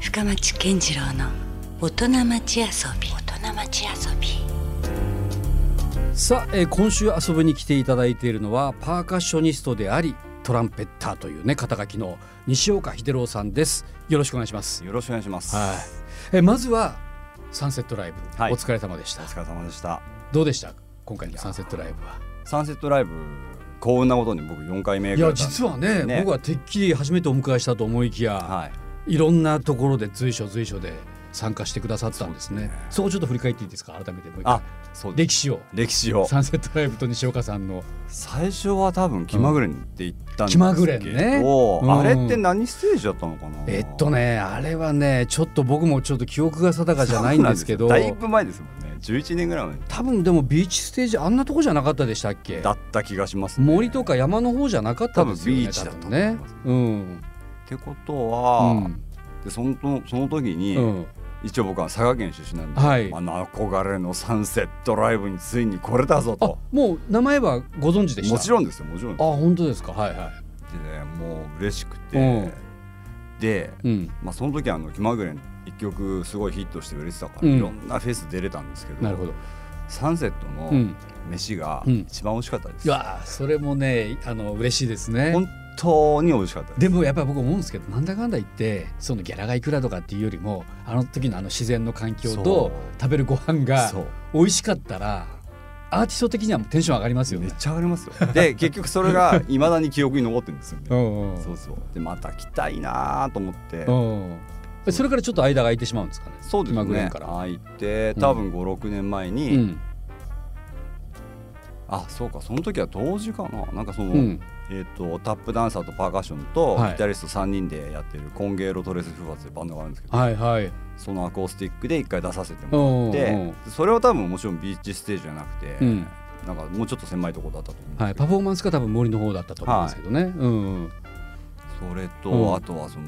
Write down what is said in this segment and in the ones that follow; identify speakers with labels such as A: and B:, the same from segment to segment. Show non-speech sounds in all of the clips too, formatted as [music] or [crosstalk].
A: 深町健次郎の大人町遊び大人町遊び
B: さあ、えー今週遊びに来ていただいているのはパーカッショニストでありトランペッターというね肩書きの西岡秀郎さんですよろしくお願いします
C: よろしくお願いします。
B: はい、えーまずはサンセットライブ、
C: はい
B: お疲れ様でした
C: お疲れ様でした。
B: どうでした今回のサンセットライブは
C: サンセットライブ幸運なことに僕4回目
B: い
C: ぐら
B: や
C: だったんです
B: 実
C: よ
B: はね僕はてっきり初めてお迎えしたと思いきや、
C: はい
B: い、ろんなところで随所随所で参加してくださったんですねそこをちょっと振り返っていいですか改めてもう一回
C: あそうです
B: 歴史を
C: 歴史を
B: サンセットライブと西岡さんの
C: 最初は多分気まぐれにって言ったん
B: 気
C: ですけど、
B: まぐれねうん
C: あれって何ステージだったのかな。
B: えっとねあれはねちょっと僕もちょっと記憶が定かじゃないんですけど
C: そうなんですよだいぶ前ですもんね。11年ぐらい前
B: 多分でもビーチステージあんなとこじゃなかったでしたっけ
C: だった気がします、ね。
B: 森とか山の方じゃなかったですよね
C: 多分ビーチだったと思い
B: ね
C: ます
B: うん
C: ってことは、でそのその時に、
B: うんうん
C: 一応僕は佐賀県出身なんで、
B: はい
C: あの憧れのサンセットライブについに来れたぞ
B: あ
C: と。
B: もう名前はご存知でした
C: もちろんですよもちろんですよ
B: あ本当ですかはいは
C: でねもう嬉しくて、
B: うん
C: で、
B: いうん
C: まあ、その時あの気まぐれの一曲すごいヒットして売れてたから、
B: うん
C: いろんなフェス出れたんですけど
B: なるほど
C: サンセット
B: う
C: の
B: ん
C: 飯が
B: うん
C: 一番美味しかったです、
B: いやそれもねあの嬉しいですね
C: 本当に美味しかったです
B: でもやっぱり僕思うんですけどなんだかんだ言ってそのギャラがいくらとかっていうよりもあの時のあの自然の環境
C: そ
B: と
C: う
B: 食べるご飯が
C: そう
B: 美味しかったらアーティスト的にはもうテンション上がりますよ
C: めっ
B: ね。
C: ちゃ上がりますよ
B: [laughs]
C: で結局それが未だに記憶に残ってるんですよ
B: う
C: ね
B: んうん
C: そうそうでまた来たいなと思って
B: うんうんそれからちょっと間が空いてしまうんですかね。
C: そうです
B: 気まぐれ
C: ね
B: から。
C: 開いて多分56年前
B: う
C: に、
B: ん
C: あそうかその時は当時かななんかその、
B: うん
C: えー、とタップダンサーとパーカッションと
B: はい
C: ギタリスト3人でやってるコンゲーロトレスフーバーズというバンドがあるんですけど、
B: はいはい。
C: そのアコースティックで1回出させて
B: う
C: も
B: ん
C: ら
B: う
C: って、
B: ん
C: それは多分もちろんビーチステージじゃなくて、
B: うん
C: なんかもうちょっと狭いところだったと思うんです
B: はいパフォーマンスが多分森の方だったと思うんですけどね。うん
C: けど、それと、
B: うん
C: あとはその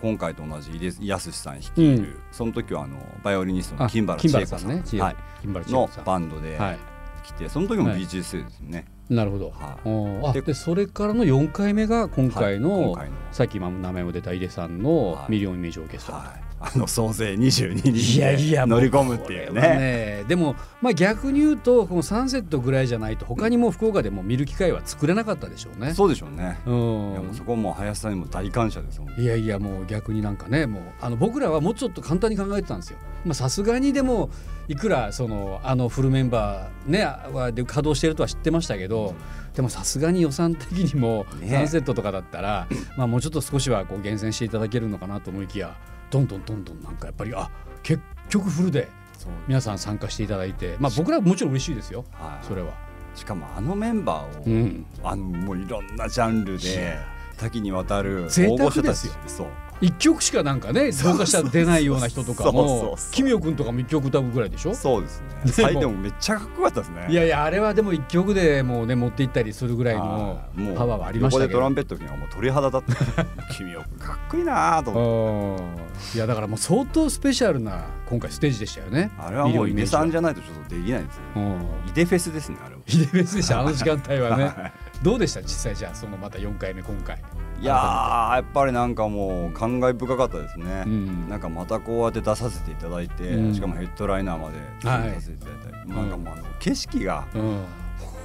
C: 今回と同じ入江康さん率い
B: う
C: る、
B: ん
C: その時はあのバイオリニスト
B: あ
C: の金原
B: 金
C: 千
B: 原
C: 恵
B: さ
C: 子
B: ん
C: さ
B: ね
C: ん。
B: 千恵
C: はい
B: 金原千恵
C: の
B: 子さん。
C: バンドで
B: はい。
C: 来て、その時もビーチステージですね、
B: なるほど。
C: はい
B: うんあ
C: で
B: でそれからの4回目が今回の、
C: はい今回の
B: さっき今名前も出た井出さんの「
C: はい
B: ミリオンイメージオーケストラ」
C: はい、あの総勢22人
B: いやいや
C: で乗り込むっていう
B: これ
C: ね
B: はでも、まあ、逆に言うとこのサンセットぐらいじゃないと他にも福岡でも見る機会は作れなかったでしょうね。
C: そうでしょうね、
B: う
C: いやもうんそこはもう林さんにも大感謝ですもん
B: いやいやもう逆になんかねもうあの僕らはもうちょっと簡単に考えてたんですよ。まあさすがにでもいくらそのあのフルメンバー、ね、はで稼働してるとは知ってましたけどでもさすがに予算的にも
C: ね
B: サンセットとかだったら、まあもうちょっと少しはこう厳選していただけるのかなと思いきやどんどんどんどんなんかやっぱりあ結局フルで
C: そう
B: 皆さん参加していただいて、まあ、僕らはもちろん嬉しいですよ
C: はい
B: それは。
C: しかもあのメンバーを、
B: うん、
C: あのもういろんなジャンル
B: い
C: で
B: や
C: 多岐にわたる
B: 贅
C: 大
B: 沢
C: 御所
B: で
C: たち
B: すよ
C: そう
B: 一曲しかなんかね
C: そう
B: 動画したら出ないような人とか
C: そうそう
B: も
C: そう
B: 奇妙くんとかも一曲歌うぐらいでしょ
C: そうですね
B: も
C: 最でもめっちゃかっこよかったですね
B: いやいやあれはでも一曲でもうね持っていったりするぐらいの
C: はいもう
B: パワーはありまし
C: 横
B: た
C: で
B: け
C: トラ
B: ど
C: ン。ペットの時はもう鳥肌だった君よくかっこいいなと
B: う
C: 思って
B: んいやだからもう相当スペシャルな今回ステージでしたよね。
C: あれはもう井出さんじ
B: ゃ。
C: ゃないとちょっとできないですね
B: うん。
C: 井出フェスですねあれは
B: ひでべでしたあの時間帯はね。どうでした実際じゃあそのまた4回目今回。
C: いやーやっぱりなんか [laughs] もう感慨深かったですね、
B: うん
C: [laughs] なんかまたこうやって出させていただいて、
B: うん
C: しかもヘッドライナーまで
B: はい
C: 出させていただいたり、なんかもうあの景色が
B: うん。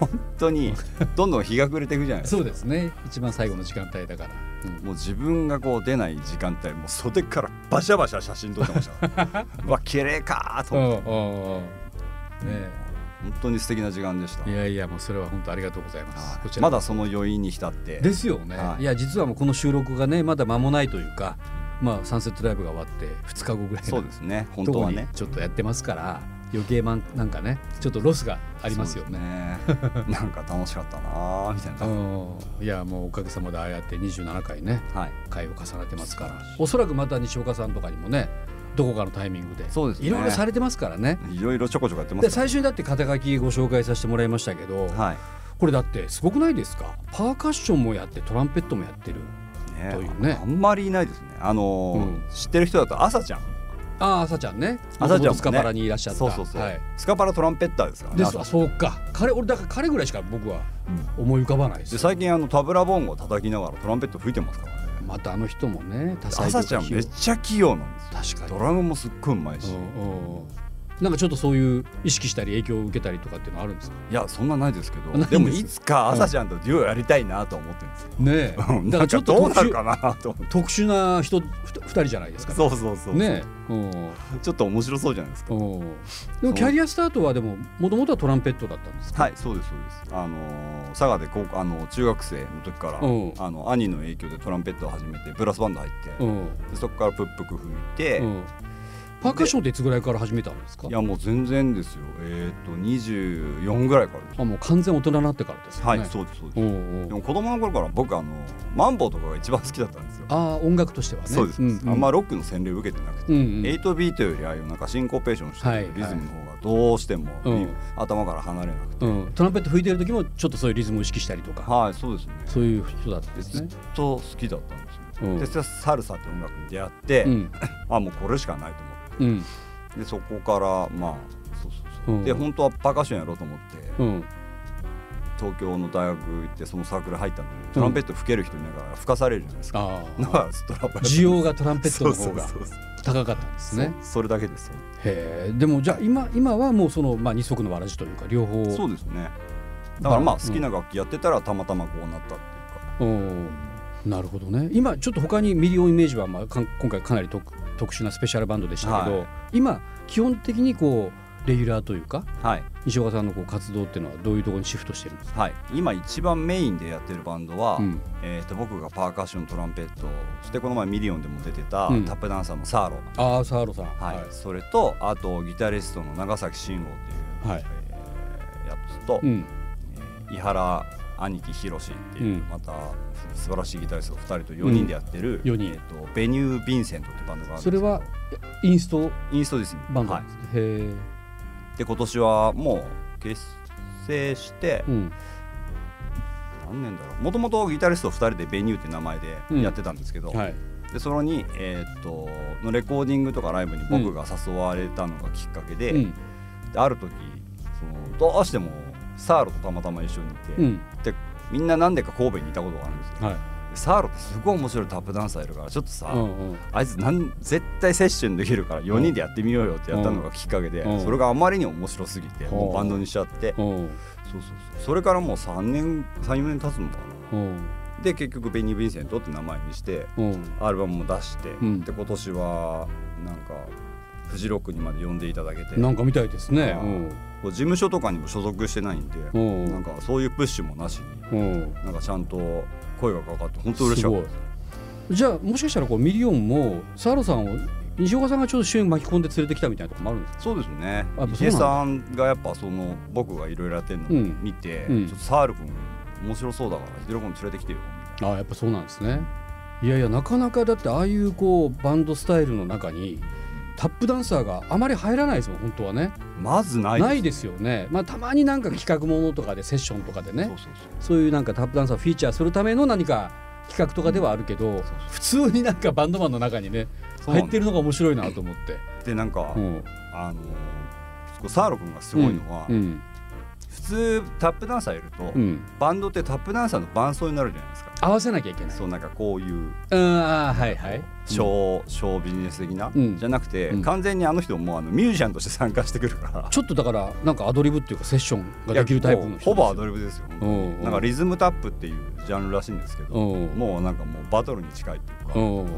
C: 本当にどんどん日が暮れていくじゃない
B: [laughs]
C: です
B: そ
C: か
B: うですね一番最後の時間帯だから。うん
C: もう自分がこう出ない時間帯もう袖からバシャバシャ写真撮ってましたから
B: [laughs]
C: うわ綺麗かーと
B: うん
C: 思っ
B: うんうんうんねえ。
C: て本当に素敵な時間でした
B: いやいやもうそれは本当ありがとうございます。
C: は
B: こち
C: い
B: ら
C: ま
B: こ
C: だその余韻に浸って
B: そですよね。
C: はい
B: いや実はもうこの収録がねまだ間もないというか、まあサンセットライブが終わって2日後ぐらい
C: そう
B: の
C: ですね本
B: と
C: 当
B: こ
C: は
B: に
C: ね
B: ちょっとやってますから余計まんなんかねちょっとロスがありますよね。
C: そうですねなんか楽しかったなーみたいな、
B: うんいやもうおかげさまでああやって27回ね
C: はい
B: 回を重ねてますからおそらくまた西岡さんとかにもねどこかのタイミングで
C: そうですね
B: いろいろされてますからね。
C: いろいろちょこちょこやってま
B: です
C: か
B: 最初にだって肩書きご紹介させてもらいましたけど、
C: らはい
B: これだってすごくないですかパーカッションもやってトランペットもやってる
C: ね
B: というね
C: あんまりいないですね。あのー
B: うん
C: 知ってる人だと朝ちゃん、
B: ああ朝ちゃんね
C: 朝ちゃんもね
B: スカパラにいらっしゃった
C: そうそうそう、
B: はい、
C: スカパラトランペッターですからね。
B: です
C: 朝
B: わ
C: ち
B: そうか彼俺だから彼ぐらいしか僕は思い浮かばないで
C: ゃん
B: す
C: で最近あのタブラボンゴを叩きながらトランペット吹いてますからね。
B: またあの人もね多才
C: 朝ちゃんめっちゃ器用なんですよ
B: 確かに
C: ドラムもすっごいうまいし、
B: うんうんなんかちょっとそういう意識したり影響を受けたりとかっていうのあるんですか
C: いやそんなないですけど
B: ないんです
C: でもいつか朝ちゃんとデュオやりたいなと思ってるんですよ、
B: [laughs] ねえ
C: うん
B: だから
C: なん
B: ちょ
C: か
B: っと
C: どう
B: 特
C: なる
B: 殊
C: かなと思って
B: 特殊な人ふた二人じゃないですか
C: そうそうそう、
B: ねえうん
C: ちょっと面白そうじゃないですか
B: うんでもキャリアスタートはでももともとはトランペットだったんですか
C: はいそうですそうですあのー佐賀で高校あの中学生の時から、
B: うん
C: あの兄の影響でトランペットを始めてブラスバンド入って、
B: うん
C: でそこからプップク吹いて、
B: うんパーカッションっていつぐらいから始めたんですか
C: いやもう全然ですよえっ、と24ぐらいからです、
B: あもう完全大人になってからですよね
C: はいそうですそうです、
B: おうお
C: で
B: う
C: も子供の頃から僕あのマンボウとかが一番好きだったんですよ
B: ああ音楽としてはね
C: そうです、
B: ん
C: あんまロックの洗礼を受けてなくて、
B: うんうん
C: 8ビートよりああいうなんかシンコペーションして
B: はい
C: るリズムの方がどうしても、
B: うん
C: 頭から離れなくて、
B: うん、トランペット吹いてる時もちょっとそういうリズムを意識したりとか、
C: はいそうですね
B: そういう人だったんです
C: ず
B: ね。
C: っと好きだったんです
B: う
C: よ、
B: ん
C: でそサルサって音楽に出会って、
B: うん、
C: あもうこれしかないと思
B: うん、
C: ってでそこからまあそうそうそう、
B: うん
C: で本当はパーカッションやろうと思って、
B: うん、
C: 東京の大学行ってそのサークル入ったんだけどトランペット吹ける人いないから吹かされるじゃ [laughs] ないですか、
B: ああ、
C: だからストラバ
B: 需要がトランペットの方
C: そうそう
B: が
C: そうそう
B: 高かったんですね。
C: それだけです
B: へえ、でもじゃあ今今はもうそのまあ二足のわらじというか両方、
C: そうですねだからまあ
B: うん
C: 好きな楽器やってたらたまたまこうなったっていうか、
B: うんなるほどね。今ちょっと他にミリオンイメージはまあかん今回かなり特特殊なスペシャルバンドでしたけど、
C: は
B: 今基本的にこうレギュラーというか
C: はい
B: 西岡さんのこう活動っていうのはどういうところにシフトしてるんですか。
C: はい、今一番メインでやってるバンドは、
B: うん
C: えー、と僕がパーカッショントランペットそしてこの前ミリオンでも出てた、
B: うん
C: タップダンサーのサーロ、
B: ああ、サーロさん。
C: はいそれとあとギタリストの長崎慎吾っていう、
B: はい
C: えーやつと、
B: うん。
C: えー井原兄貴宏っていう、
B: うん
C: また素晴らしいギタリスト2人と4人でやってる、
B: 四人
C: えー、とベニュー・ヴィンセントってバンドがあるんです
B: そ
C: け
B: れ
C: ど
B: はインスト
C: インストですね
B: バンド
C: は
B: なんですね、へえ、
C: い、で今年はもう結成して
B: うん、
C: 何年だろうもともとギタリスト2人でベニューって名前でやってたんですけど、
B: はい
C: でそれに、えーっとのレコーディングとかライブに僕が誘われたのがきっかけで,、
B: うん
C: である時そのどうしてもサーロとたまたま一緒にいて、
B: うん
C: でみんな何でか神戸にいたことがあるんですよ、
B: はい
C: でサーロってすごい面白いタップダンサーいるからちょっとさ、
B: うんうん
C: あいつなん絶対セッションできるから4人でやってみようよってやったのがきっかけで、
B: うん
C: それがあまりに面白すぎて、
B: ん
C: もうバンドにしちゃって、
B: うん
C: そうそうそうそれからもう3年34年経つのか
B: うん
C: なで結局ベニー・ヴィンセントって名前にして
B: うん
C: アルバムも出して、
B: ん
C: で今年はなんかフジロックにまで呼んでいただけて
B: なんかみたいですね
C: あーこう事務所とかにも所属してないんで、
B: うん
C: なんかそういうプッシュもなしに
B: うんうん
C: なんかちゃんと声がかかって本当嬉し
B: す
C: かっ
B: ご
C: た
B: いじゃあもしかしたらこうミリオンもサーロさんを西岡さんがちょっと周囲に巻き込んで連れてきたみたいなとこもあるんですか
C: そうですね
B: あそうなんだ
C: 池江さんがやっぱその僕がいろいろやってるのを見て、
B: うんうん
C: ちょっとサール君面白そうだからヒデロ君連れてきてよみたい
B: あ
C: な
B: ーやっぱそうなんですねいやいやなかなかだってああいうこうバンドスタイルの中にタップダンサーがあまり入らないですもん本当はね
C: まずない
B: ないですよねまあたまになんか企画ものとかでセッションとかでね
C: そうそうそう
B: そういうなんかタップダンサーをフィーチャーするための何か企画とかではあるけど、普通になんかバンドマンの中にね
C: そう
B: 入
C: なん
B: ってるのが面白いなと思って。
C: でなんか、
B: うん
C: あのーサール君がすごいのは、
B: うん
C: 普通タップダンサーいると、
B: うん
C: バンドってタップダンサーの伴奏になるじゃないですか。
B: 合わせなきゃいけない。
C: そうなんかこういう
B: うんあーはいはい。
C: 小,、小ビジネス的な、
B: うん
C: じゃなくて、
B: うん
C: 完全にあの人もあのミュージシャンとして参加してくるから
B: ちょっとだからなんかアドリブっていうかセッションができるタイプ
C: いやも
B: の人ですよ
C: うほぼアドリブですよ、
B: うんうん
C: なんかリズムタップっていうジャンルらしいんですけど、
B: うん
C: もうなんかもうバトルに近いっていうか、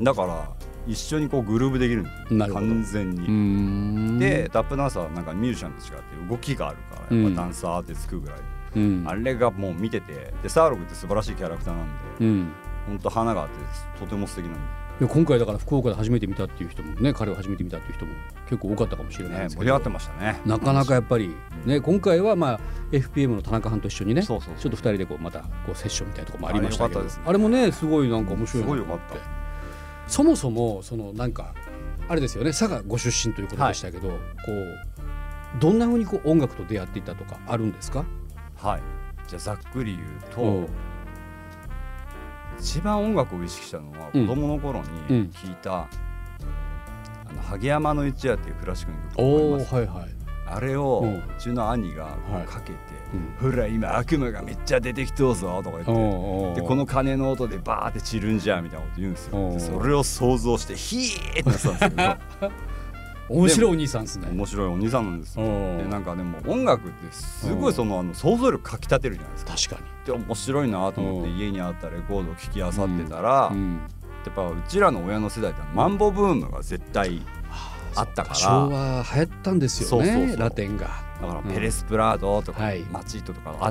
B: う
C: だから一緒にこうグルーブできるんですよ
B: なるほど
C: 完全に。
B: ん。
C: で、タップダンサーはなんかミュージシャンと違って動きがあるからやっぱダンサーってつくぐらい、
B: うん、
C: あれがもう見ててでサーログって素晴らしいキャラクターなんで、
B: うん。
C: 本当花があってとても素敵なんで
B: いや今回だから福岡で初めて見たっていう人もね彼を初めて見たっていう人も結構多かったかもしれ
C: す
B: ない
C: ね
B: です
C: 盛
B: け
C: り上
B: ど、
C: がってましたね
B: なかなかやっぱりね今回はまあ FPM の田中さんと一緒にね
C: そうそう
B: ちょっと2人でこうまたこうセッションみたいなところもありましたけど
C: あ
B: あ
C: れ良かったですね
B: れもねすごいなんか面白いなと思
C: すごい良か
B: そもそもそのなんかあれですよね佐賀ご出身ということでしたけど、こうどんな風にこう音楽と出会っていったとかあるんですか
C: はいじゃあざっくり言うと、
B: うん
C: 一番音楽を意識したのは
B: う
C: 子
B: ん
C: 供の頃
B: う
C: に
B: ん
C: 聞いた「あの萩山の一夜」っていうクラシックの曲
B: お
C: わ
B: お
C: かります
B: はいはい
C: ああれを
B: うん
C: うちの兄がこ
B: はいう
C: かけて
B: うん
C: 「ほら今悪魔がめっちゃ出てきとうぞ」とか
B: おう
C: 言って。
B: おうおう
C: でこの鐘の音でバーって散るんじゃみたいなこと言うんですよ。で
B: おう
C: それを想像してヒーってなってたんです
B: [laughs]
C: けど
B: 面白いお兄さんですね
C: 面白いお兄さんなんですよ。
B: おう
C: でなんかでも音楽ってすごいそのあの想像力かきたてるじゃないですか。
B: 確かに
C: で面白いなと思って
B: うん
C: 家にあったレコードを聴きあさってたら、
B: うん
C: やっぱうちらの親の世代ってマンボブームが絶対あったから
B: 昭和流行ったんですよね
C: そうそうそう
B: ラテンが
C: だから
B: うん
C: ペレスプラードとか
B: はい
C: マチートとかあっ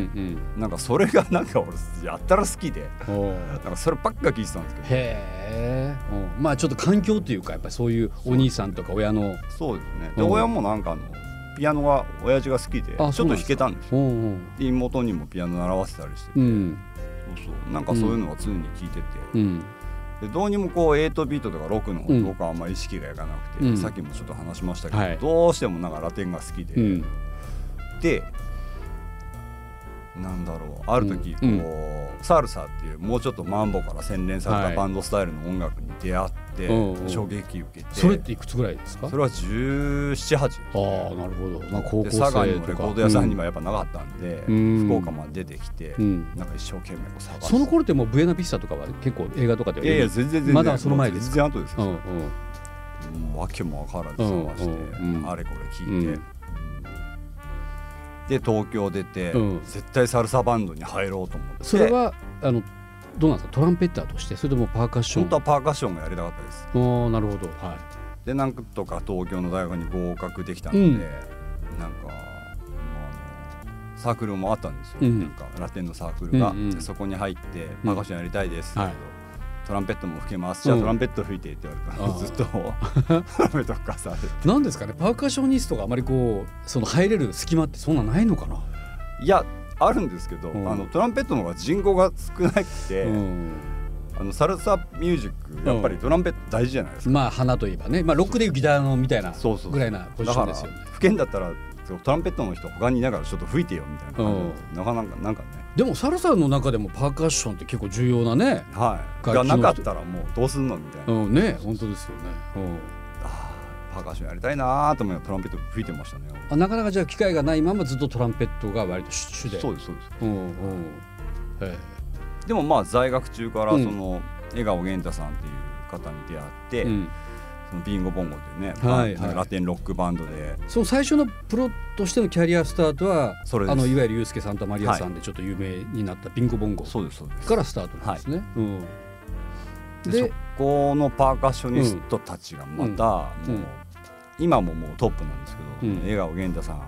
B: うん
C: なんかそれがなんか俺やったら好きで
B: うんうんおう
C: なんかそればっか聞いてたんですけど
B: へえ、うんまあちょっと環境というかやっぱりそういうお兄さんとか親の
C: そうですねで、
B: うん
C: 親もなんかあのピアノが親父が好きでちょ
B: あ
C: っ
B: そ
C: と
B: うなんで
C: 弾
B: すか
C: けたんですよ
B: うん
C: で妹にもピアノ習わせたりして
B: うんうん
C: そうそうなんかそういうのが常に聞いてて、
B: うん
C: でどうにもこう8ビートとかロックの
B: う
C: 方
B: ん
C: とかあんまり意識がいかなくて、
B: うん
C: さっきもちょっと話しましたけど、
B: はい
C: どうしてもなんかラテンが好きで、
B: うん
C: でなんだろうある時こう、
B: うん
C: サルサっていうもうちょっとマンボから洗練され
B: は
C: た
B: い
C: バンドスタイルの音楽に出会って、
B: うんうん
C: 衝撃受けて
B: それっていくつぐらいですか
C: それは1718
B: ああなるほど、まあ、高校
C: で
B: 生
C: 佐賀に
B: と
C: も
B: か
C: レコード屋さんにはやっぱなかったんで、
B: うん
C: 福岡まで出てきて、
B: うんうん
C: なんか一生懸命こう探して
B: その頃ってもうブエナビスタとかは結構映画とかではい
C: やいや全然全然
B: まだその前です
C: 全然後ですよ、
B: うんうん
C: もう訳も分からず探して、
B: うんうん
C: あれこれ聞い
B: う
C: て、
B: ん
C: で東京出て、
B: うん
C: 絶対サルサバンドに入ろうと思って
B: それはあのどうなんですかトランペッターとしてそれともパーカッショ
C: 本
B: ン
C: 当はパーカッションがやりたかったです
B: ああなるほどは
C: でなんとか東京の大学に合格できたので、
B: うん
C: なんかもうあのサークルもあったんですよ、
B: うん
C: なんかラテンのサークルが、
B: うんうん
C: でそこに入ってパーカッションやりたいですって言うけど、
B: は
C: トランペットも吹けます、じゃあトランペット吹いてって言われたら、
B: あー
C: ず
B: [laughs]
C: っとトランペット吹かされて
B: いなんですかねパーカッショニストがあまりこうその入れる隙間ってそんなないのかな、
C: いやあるんですけど、
B: うん
C: あのトランペットの方が人口が少なくて、
B: うん
C: あのサルサミュージックやっぱりトランペット大事じゃないですか、
B: まあ花といえばね、まあ、ロックでいうギターのみたいな
C: そうそうそう
B: ぐらいなポジ
C: だ
B: ショ
C: か
B: ン
C: ら
B: ですよね
C: 吹けんだったらそうトランペットの人他にいながらちょっと吹いてよみたいな感じなんですよ、なかなかなんかね
B: でもサルサの中でもパーカッションって結構重要なね
C: はい
B: 楽
C: が
B: 器の
C: なかったらもうどうすんのみたいな、
B: うんね本当ですよね、うん
C: あーパーカッションやりたいなーと思いながらトランペット吹いてましたね
B: あなかなかじゃあ機会がないままずっとトランペットが割と主で
C: そううですそうです
B: んうんえ
C: でもまあ在学中から
B: う
C: そ
B: ん
C: の江川源太さんっていう方に出会って、
B: えうん
C: そのビンゴボンゴっていうね、
B: はい
C: バン
B: はい
C: ラテンロックバンドで
B: その最初のプロとしてのキャリアスタートは
C: それです
B: あのいわゆるユースケさんとマリアさんでちょっと有名になったビンゴボンゴか
C: そうですそうです
B: らスタートなんですね。うん
C: で
B: で
C: そこのパーカッショニストたちがまた、
B: うん
C: もう今ももうトップなんですけど、
B: うん
C: 笑顔源太さん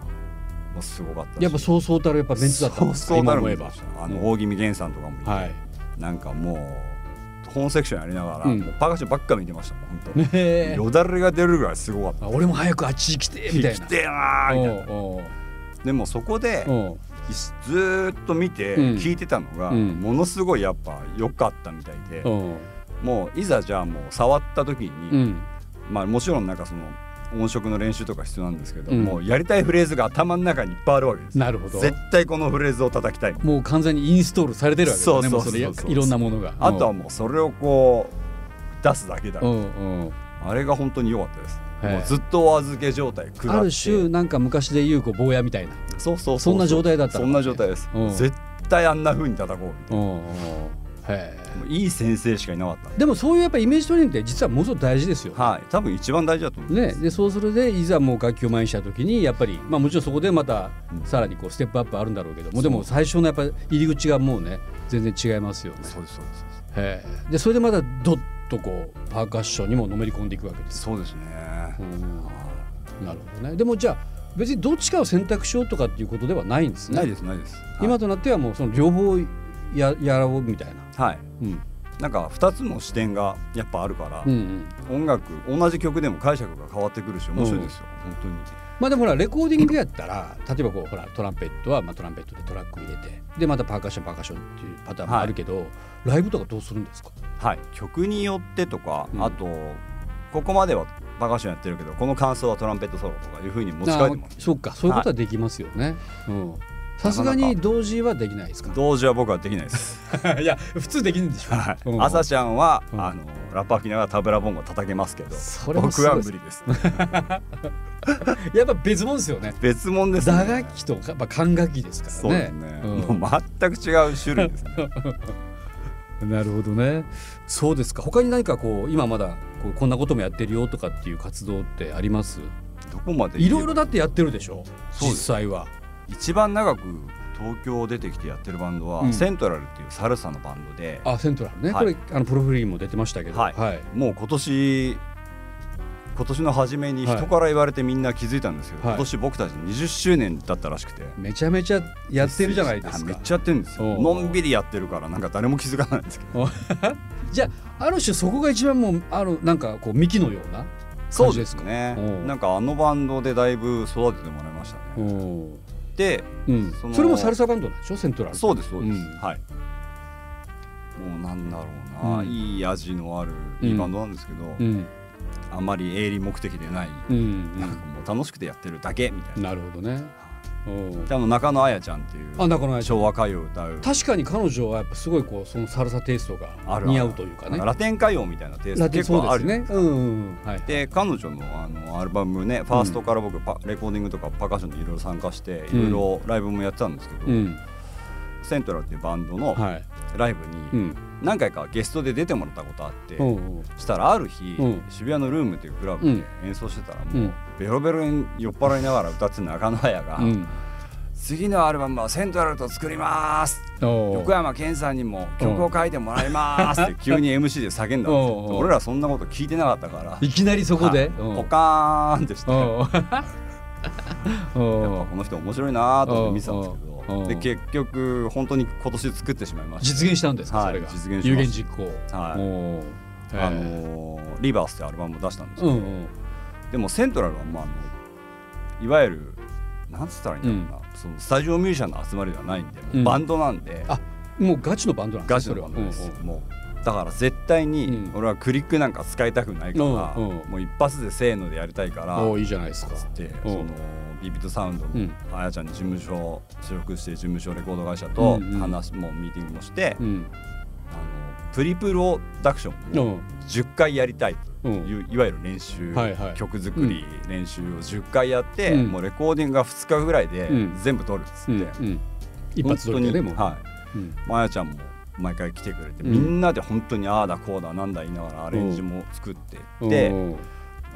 C: もすごかったし
B: やっぱそうそうたるやっぱメンツだったんですか
C: そうそうな
B: 今
C: る
B: 思
C: ん
B: え
C: です
B: ば
C: よ。あの大君源さんとかもいて、
B: はい
C: なんかもう本セクションやりながら、
B: うん
C: もうパーカッションばっか見てましたもん本当、
B: ねえ
C: よだれが出るぐらいすごか
B: あ
C: っ
B: 俺も早くあっち来て
C: た
B: みたいな
C: 来。てえなーみたいな
B: おう
C: でもそこで
B: おうおう
C: ずーっと見て
B: うん
C: 聞いてたのが、
B: うん
C: ものすごいやっぱ良かったみたいで、
B: おう
C: もういざじゃあもう触った時に、
B: うん
C: まあもちろんなんかその音色の練習とか必要なんですけど、
B: うん
C: もうやりたいフレーズが頭の中にいっぱいあるわけです。
B: なるほど。
C: 絶対このフレーズを叩きたい。
B: もう完全にインストールされてるわけですね。
C: そうそうそうそう
B: もれいろんなものが。
C: あとはもうそれをこう出すだけだ。
B: うんうんうん
C: あれが本当に良かったです。
B: へえ
C: もうずっとお預け状態食らって。
B: ある種なんか昔で言うこう坊やみたいな。
C: そうそううう
B: そんな状態だったの
C: そんな状態です。
B: うん
C: 絶対あんな風に叩こうみたい
B: うんうんへ
C: な。
B: え
C: もういい先生しかいなかったんで。
B: でもそういうやっぱイメージトレーニングって実はものすごく大事ですよ。
C: はい。多分一番大事だと思う。
B: ね、でそうするでいざもう楽器を前にした時にやっぱり、まあ、もちろんそこでまた
C: うん
B: さらにこうステップアップあるんだろうけどもでも最初のやっぱ入り口がもうね全然違いますよね。
C: そうですそうですそうです。
B: へえでそれでまたドッとこうパーカッションにものめり込んでいくわけです。
C: そうですね。
B: なるほどねでもじゃあ別にどっちかを選択しようとかっていうことではないんですね。
C: ないですないです。
B: 今となってはもうその両方ややろうみたいな。
C: はい。
B: うん
C: なんか二つの視点がやっぱあるから
B: うんう、ん、
C: 音楽同じ曲でも解釈が変わってくるし面白いですよ、本当に
B: まあでもほらレコーディングやったら例えばこうほらトランペットはまあトランペットでトラック入れてでまたパーカッションパーカッションっていうパターンもあるけど、ライブとかどうするんですか
C: はい曲によってとか、
B: うん
C: あとここまではバカッションやってるけどこの感想はトランペットソロとかいうふうに持ち帰ってます
B: あそうかそういうことはできますよねうんさすが
C: なか
B: に
C: な
B: 同時はできないですか [laughs]
C: 同時は僕はできないです、
B: いや普通できるんでし [laughs]
C: はい
B: うん
C: 朝ちゃんは、
B: うん
C: あのラッパー着ながらタブラボンゴ叩けますけど
B: それもす
C: 僕
B: ごい
C: は
B: です
C: 無理です
B: やっぱ別物ですよね
C: 別物です
B: 打
C: ね
B: 楽器とかやっぱ管楽器ですか
C: そう
B: ら
C: です
B: ね
C: ね
B: うん
C: もう全く違う種類ですね
B: なるほどねそうですか他に何かこう今まだこうこんなこともやってるよとかっていう活動ってあります
C: どこまで言
B: い
C: えば
B: ろいろだってやってるでしょ
C: そう
B: 実
C: です
B: 際は
C: 一番長く東京を出てきてやってるバンドは、
B: うん
C: セントラルっていうサルサのバンドで
B: あセントラルね、
C: はい
B: これあのプロフィールにも出てましたけど
C: はい
B: はい、
C: もう今年今年の初めに
B: はい
C: 人から言われてみんな気づいたんですけど、
B: はい
C: 今年僕たち20周年だったらしくて
B: めちゃめちゃやってるじゃないです
C: あ
B: か
C: めっちゃやってるんですよ
B: おう
C: のんびりやってるからなんか誰も気づかないんですけど
B: じゃあある種そこが一番もうあのなんかこう幹のような感じですか
C: ね
B: おう
C: なんかあのバンドでだいぶ育ててもらいましたね
B: うん
C: で
B: うん
C: その
B: それもサルサバンドなんでしょセントラルって
C: そうですそうで
B: う
C: す、
B: ん
C: はいもうなんだろうな、
B: うん
C: いい味のあるいいバンドなんですけど、
B: うん
C: あんまり営利目的でない、
B: うん
C: なんかもう楽しくてやってるだけみたい
B: うん
C: な、
B: なるほどねうん
C: であの中野彩ちゃんっていう
B: あ中野
C: 昭和歌謡を歌う
B: 確かに彼女はやっぱすごいこうそのサルサテイスト
C: あ
B: が
C: る
B: 似合うというかね
C: ラテン歌謡みたいなテイス
B: ラ
C: ト
B: テン
C: 結
B: そう
C: 構
B: で
C: あ
B: す
C: る
B: ねうんうんうんはい
C: で彼女のあのアルバムねファーストから僕パ、レコーディングとかパーカッションでいろいろ参加してい
B: うん
C: ろいろライブもやってたんですけど、
B: うん
C: セントラルっていうバンドの
B: はい
C: ライブ
B: う
C: に
B: ん
C: 何回かゲストで出てもらったことあって、
B: うんうん
C: したらある日、
B: うん
C: 渋谷のルームっていうクラブで演奏してたらもう、
B: うん
C: ベロベロに酔っ払いながら歌ってた中野彩が、
B: うん
C: 次のアルバムはセントラルと作ります
B: おー
C: 横山健さんにも曲を書いてもらいま
B: [laughs]
C: すって急に MC で叫んだんです
B: おうおう
C: よ俺らそんなこと聞いてなかったから
B: いきなりそこ
C: [laughs]
B: で
C: はいポカーンってしてやっ
B: [laughs] うんう
C: ぱ
B: ん
C: この人面白いなと思って見てたんです
B: おう
C: け
B: おう
C: どで結局本当に今年作ってしまいました
B: 実現したんですか
C: はい
B: それが
C: 実現しました
B: 有言実行
C: はい
B: おーへー
C: あのーリバースってアルバムを出したんです
B: う
C: よ
B: んうん
C: でもセントラルはまああのいわゆるなんつったらいいんだろうなそのスタジオミュージシャンの集まりではないんで
B: うん
C: バンドなんで
B: あもうガチのバンドなんで
C: ガ
B: す
C: チ
B: ね
C: のバンドです
B: それは
C: もうだから絶対に
B: うん
C: 俺はクリックなんか使いたくないから
B: うんうん
C: もう一発でせーのでやりたいから
B: うんうんおーいいじゃないですか
C: つって
B: うん
C: そのビビットサウンド
B: うん
C: のあやちゃんに事務所所属している事務所レコード会社と
B: うんうん
C: 話もうミーティングもして
B: うん
C: あのプリプロダクショ
B: う
C: ンを
B: ん
C: 10回やりたいと
B: う
C: いういわゆる練習
B: はいはい
C: 曲作り練習を10回やって
B: うん
C: もうレコーディングが2日ぐらいで
B: うん
C: 全部撮るっつって
B: うんうん一発撮りでね
C: 本当
B: もう
C: には
B: う
C: い
B: ん
C: まやちゃんも毎回来てくれて、
B: うん
C: みんなで本当にああだこうだなんだ言いながらアレンジも作って
B: お
C: で
B: ー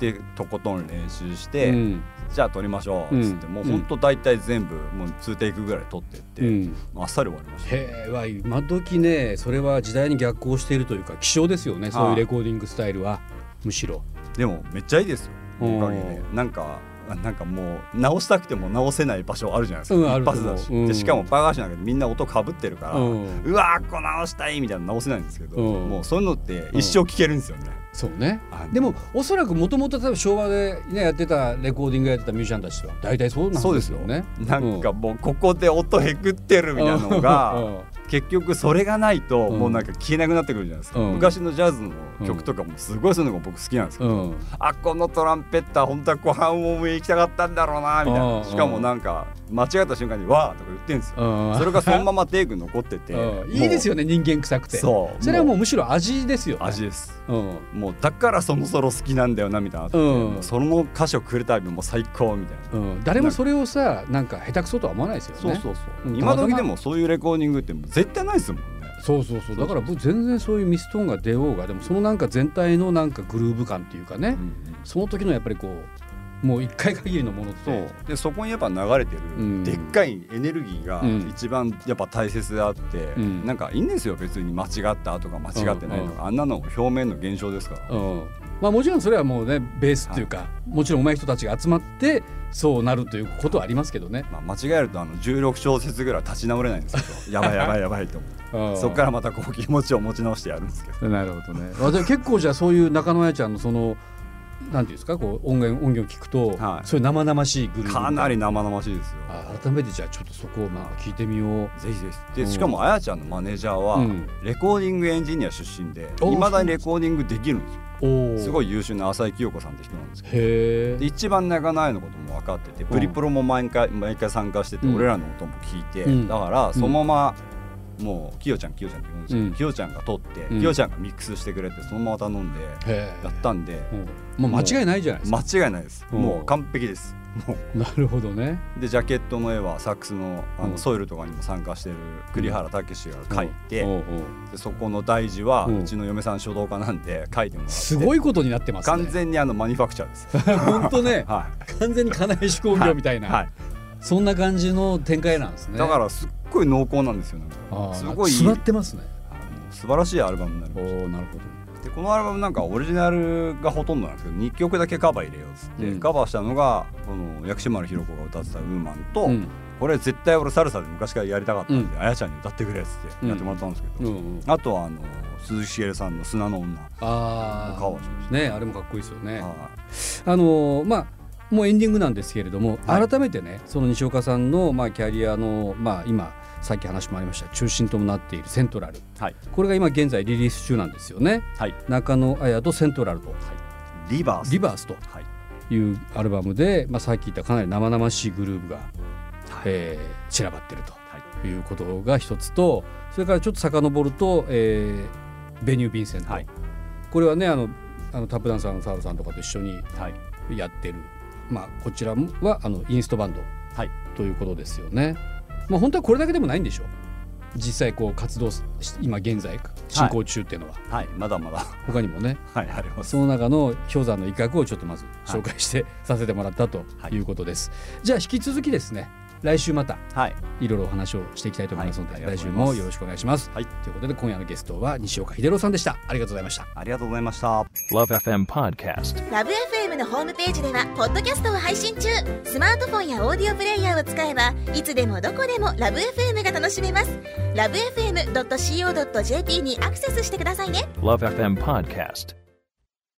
C: でとことん練習して、
B: うん
C: じゃあ撮りましょうっつって、
B: うん
C: もう本当大体全部もう2テイクぐらい撮ってって、
B: うん
C: あっさり終わりました。
B: へえわ今時ねそれは時代に逆行しているというか希少ですよねそういうレコーディングスタイルはむしろ
C: でもめっちゃいいですよ。
B: うん
C: おかげでなんかあなんかもう直したくても直せない場所あるじゃないですか、
B: うんある
C: 一
B: と思
C: 発
B: う
C: だし、
B: うん
C: でしかもバーガーシなんかみんな音かぶってるから、
B: う
C: うんわーこう直したいみたいなの直せないんですけど、
B: うん
C: もうそういうのって一生聞けるんですよね。
B: そうね
C: あの
B: でもおそらくもともと昭和で、ね、やってたレコーディングやってたミュージシャンたちは大体そうなん
C: そうで
B: ですす
C: よ
B: よ
C: ね
B: ね。。
C: なんかもうここで音へくってるみたいなの
B: う
C: が
B: ん
C: 結局それがないと
B: うん
C: もうなんか消えなくなってくるじゃないですか。
B: うん
C: 昔のジャズの曲とかもすごいそういうのが僕好きなんですけ
B: う
C: ど、
B: ん
C: あこのトランペッター本当はこう半音上行きたかったんだろうなみたい
B: うん
C: な。しかもなんか間違った瞬間にわーとか言ってんですよ。
B: うん
C: それがそのままテイク残ってて
B: う、んいいです
C: よ。
B: よね人間臭くて
C: そう。
B: れはもう
C: う
B: むしろ味ですよね
C: 味です。
B: うん
C: もうだからそのソロ好きなんだよなみたいなのあって、
B: うん
C: もうその箇所くれたびもう最高みたいな。
B: うん、誰もそれをさなんか下手くそとは思わないですよね。
C: そうそうそううん今時でもそういうレコーディングってもう絶対ないですもんね。
B: そうそうそうだから僕全然そういうミストーンが出ようがでもそのなんか全体のなんかグルーヴ感っていうかね、その時のやっぱりこうもう一回限りのものって
C: そうでそこにやっぱ流れてる、
B: うん
C: でっかいエネルギーが
B: うん
C: 一番やっぱ大切であって、
B: ん
C: なんかいいんですよ別に間違ったとか間違ってないとか、あんなの表面の現象ですから。
B: うんまあ、もちろんそれはもうねベースっていうか、もちろん上手い人たちが集まってそうなるということはありますけどね、
C: まあ、間違えるとあの16小節ぐらい立ち直れないんですけ
B: [laughs]
C: どやばいやばいやばいと思っ
B: う
C: て
B: ん
C: そこからまたこう気持ちを持ち直してやるんですけど
B: なるほどねあじゃあ結構じゃあそういう中野彩ちゃんのそのなんていうんですかこう音源音源を聞くと、
C: はい
B: そういう生々しいグルーヴ
C: かなり生々しいですよ。
B: あ改めてじゃあちょっとそこをまあ聞いてみよう。
C: ぜひぜひでしかもあやちゃんのマネージャーは
B: うん
C: レコーディングエンジニア出身で
B: おー
C: いまだにレコーディングできるんですよ
B: お
C: すご
B: い
C: い優秀な浅井清子さんって人なんですけ
B: へ
C: どで
B: え。
C: 一番長野愛のことも分かっててプリプロも毎回毎回参加してて
B: うん
C: 俺らの音も聞いて
B: うん
C: だからそのままもうきよちゃんきよちゃんって言うんですけ
B: うん
C: どきよちゃんが取って
B: うん
C: きよちゃんがミックスしてくれてそのまま頼んで
B: へえ
C: やったんで
B: もう間違いないじゃないですか、
C: 間違いないです
B: うん
C: もう完璧ですも
B: なるほどね
C: うでジャケットの絵はサックスのあ
B: うん
C: のソイルとかにも参加してる栗原武史が描いて
B: おうおう
C: でそこの大事は
B: うん
C: うちの嫁さん書道家なんで書いてもらって
B: すごいことになってますね
C: 完全にあのマニファクチャ
B: [laughs]
C: ーです。
B: 本当ね
C: は
B: 完全に金石工業みたい
C: い、
B: な、
C: はい、
B: そんな感じの展開なんですね
C: だからすっごい濃厚なんですよね。
B: あー
C: すごい
B: 座ってますね
C: あの素晴らしいアルバムになる
B: お。おなるほど
C: でこのアルバムなんかオリジナルがほとんどなんですけど2曲だけカバー入れようっつって、
B: うん
C: カバーしたのがこの薬師丸ひろ子が歌ってた「ウーマンと」
B: うん
C: これ絶対俺サルサで昔からやりたかったんで、あやちゃんに歌ってくれっつっ
B: う
C: て
B: ん
C: やってもらったんですけど、
B: うんうん
C: あとはあの鈴木茂さんの「砂の女」を
B: あ
C: カバ
B: あ
C: ーしまし
B: ねあれもかっこいいですよね、
C: た。はい
B: あのーまあもうエンディングなんですけれども、
C: はい
B: 改めてねその西岡さんの、まあ、キャリアの、まあ、今さっき話もありました中心ともなっているセントラル
C: はい
B: これが今現在リリース中なんですよね
C: はい
B: 中野綾とセントラルと
C: リバース
B: リバースと
C: はい
B: いうアルバムで、まあ、さっき言ったかなり生々しいグルーヴが、えー散らばってるということが一つとそれからちょっと遡ると、えーベニュー・ヴィンセント、
C: はい
B: これはねあのあのタップダンサーの澤田さんとかと一緒に
C: はい
B: やってる、まあ、こちらはあのインストバンド
C: はい
B: ということですよね。まあ、本当はこれだけでもないんでしょう実際こう活動し今現在進行中っていうのは、
C: はいまだまだ
B: 他にもね
C: はいあります
B: その中の氷山の一角をちょっとまず紹介して、させてもらったということです、じゃあ引き続きですね来週また
C: はい
B: いろいろお話をしていきたいと思いますので、
C: はいあ
B: 来
C: りが
B: 週
C: とうございます
B: もよろしくお願いします、
C: はい
B: ということで今夜のゲストは西岡秀郎さんでしたありがとうございました
C: ありがとうございました。
D: Love FM Podcast.
E: ラブ f m のホームページではポッドキャストを配信中スマートフォンやオーディオプレイヤーを使えばいつでもどこでもラブ f m が楽しめますラブ FM.co.jp にアクセスしてくださいね
D: Love FM Podcast.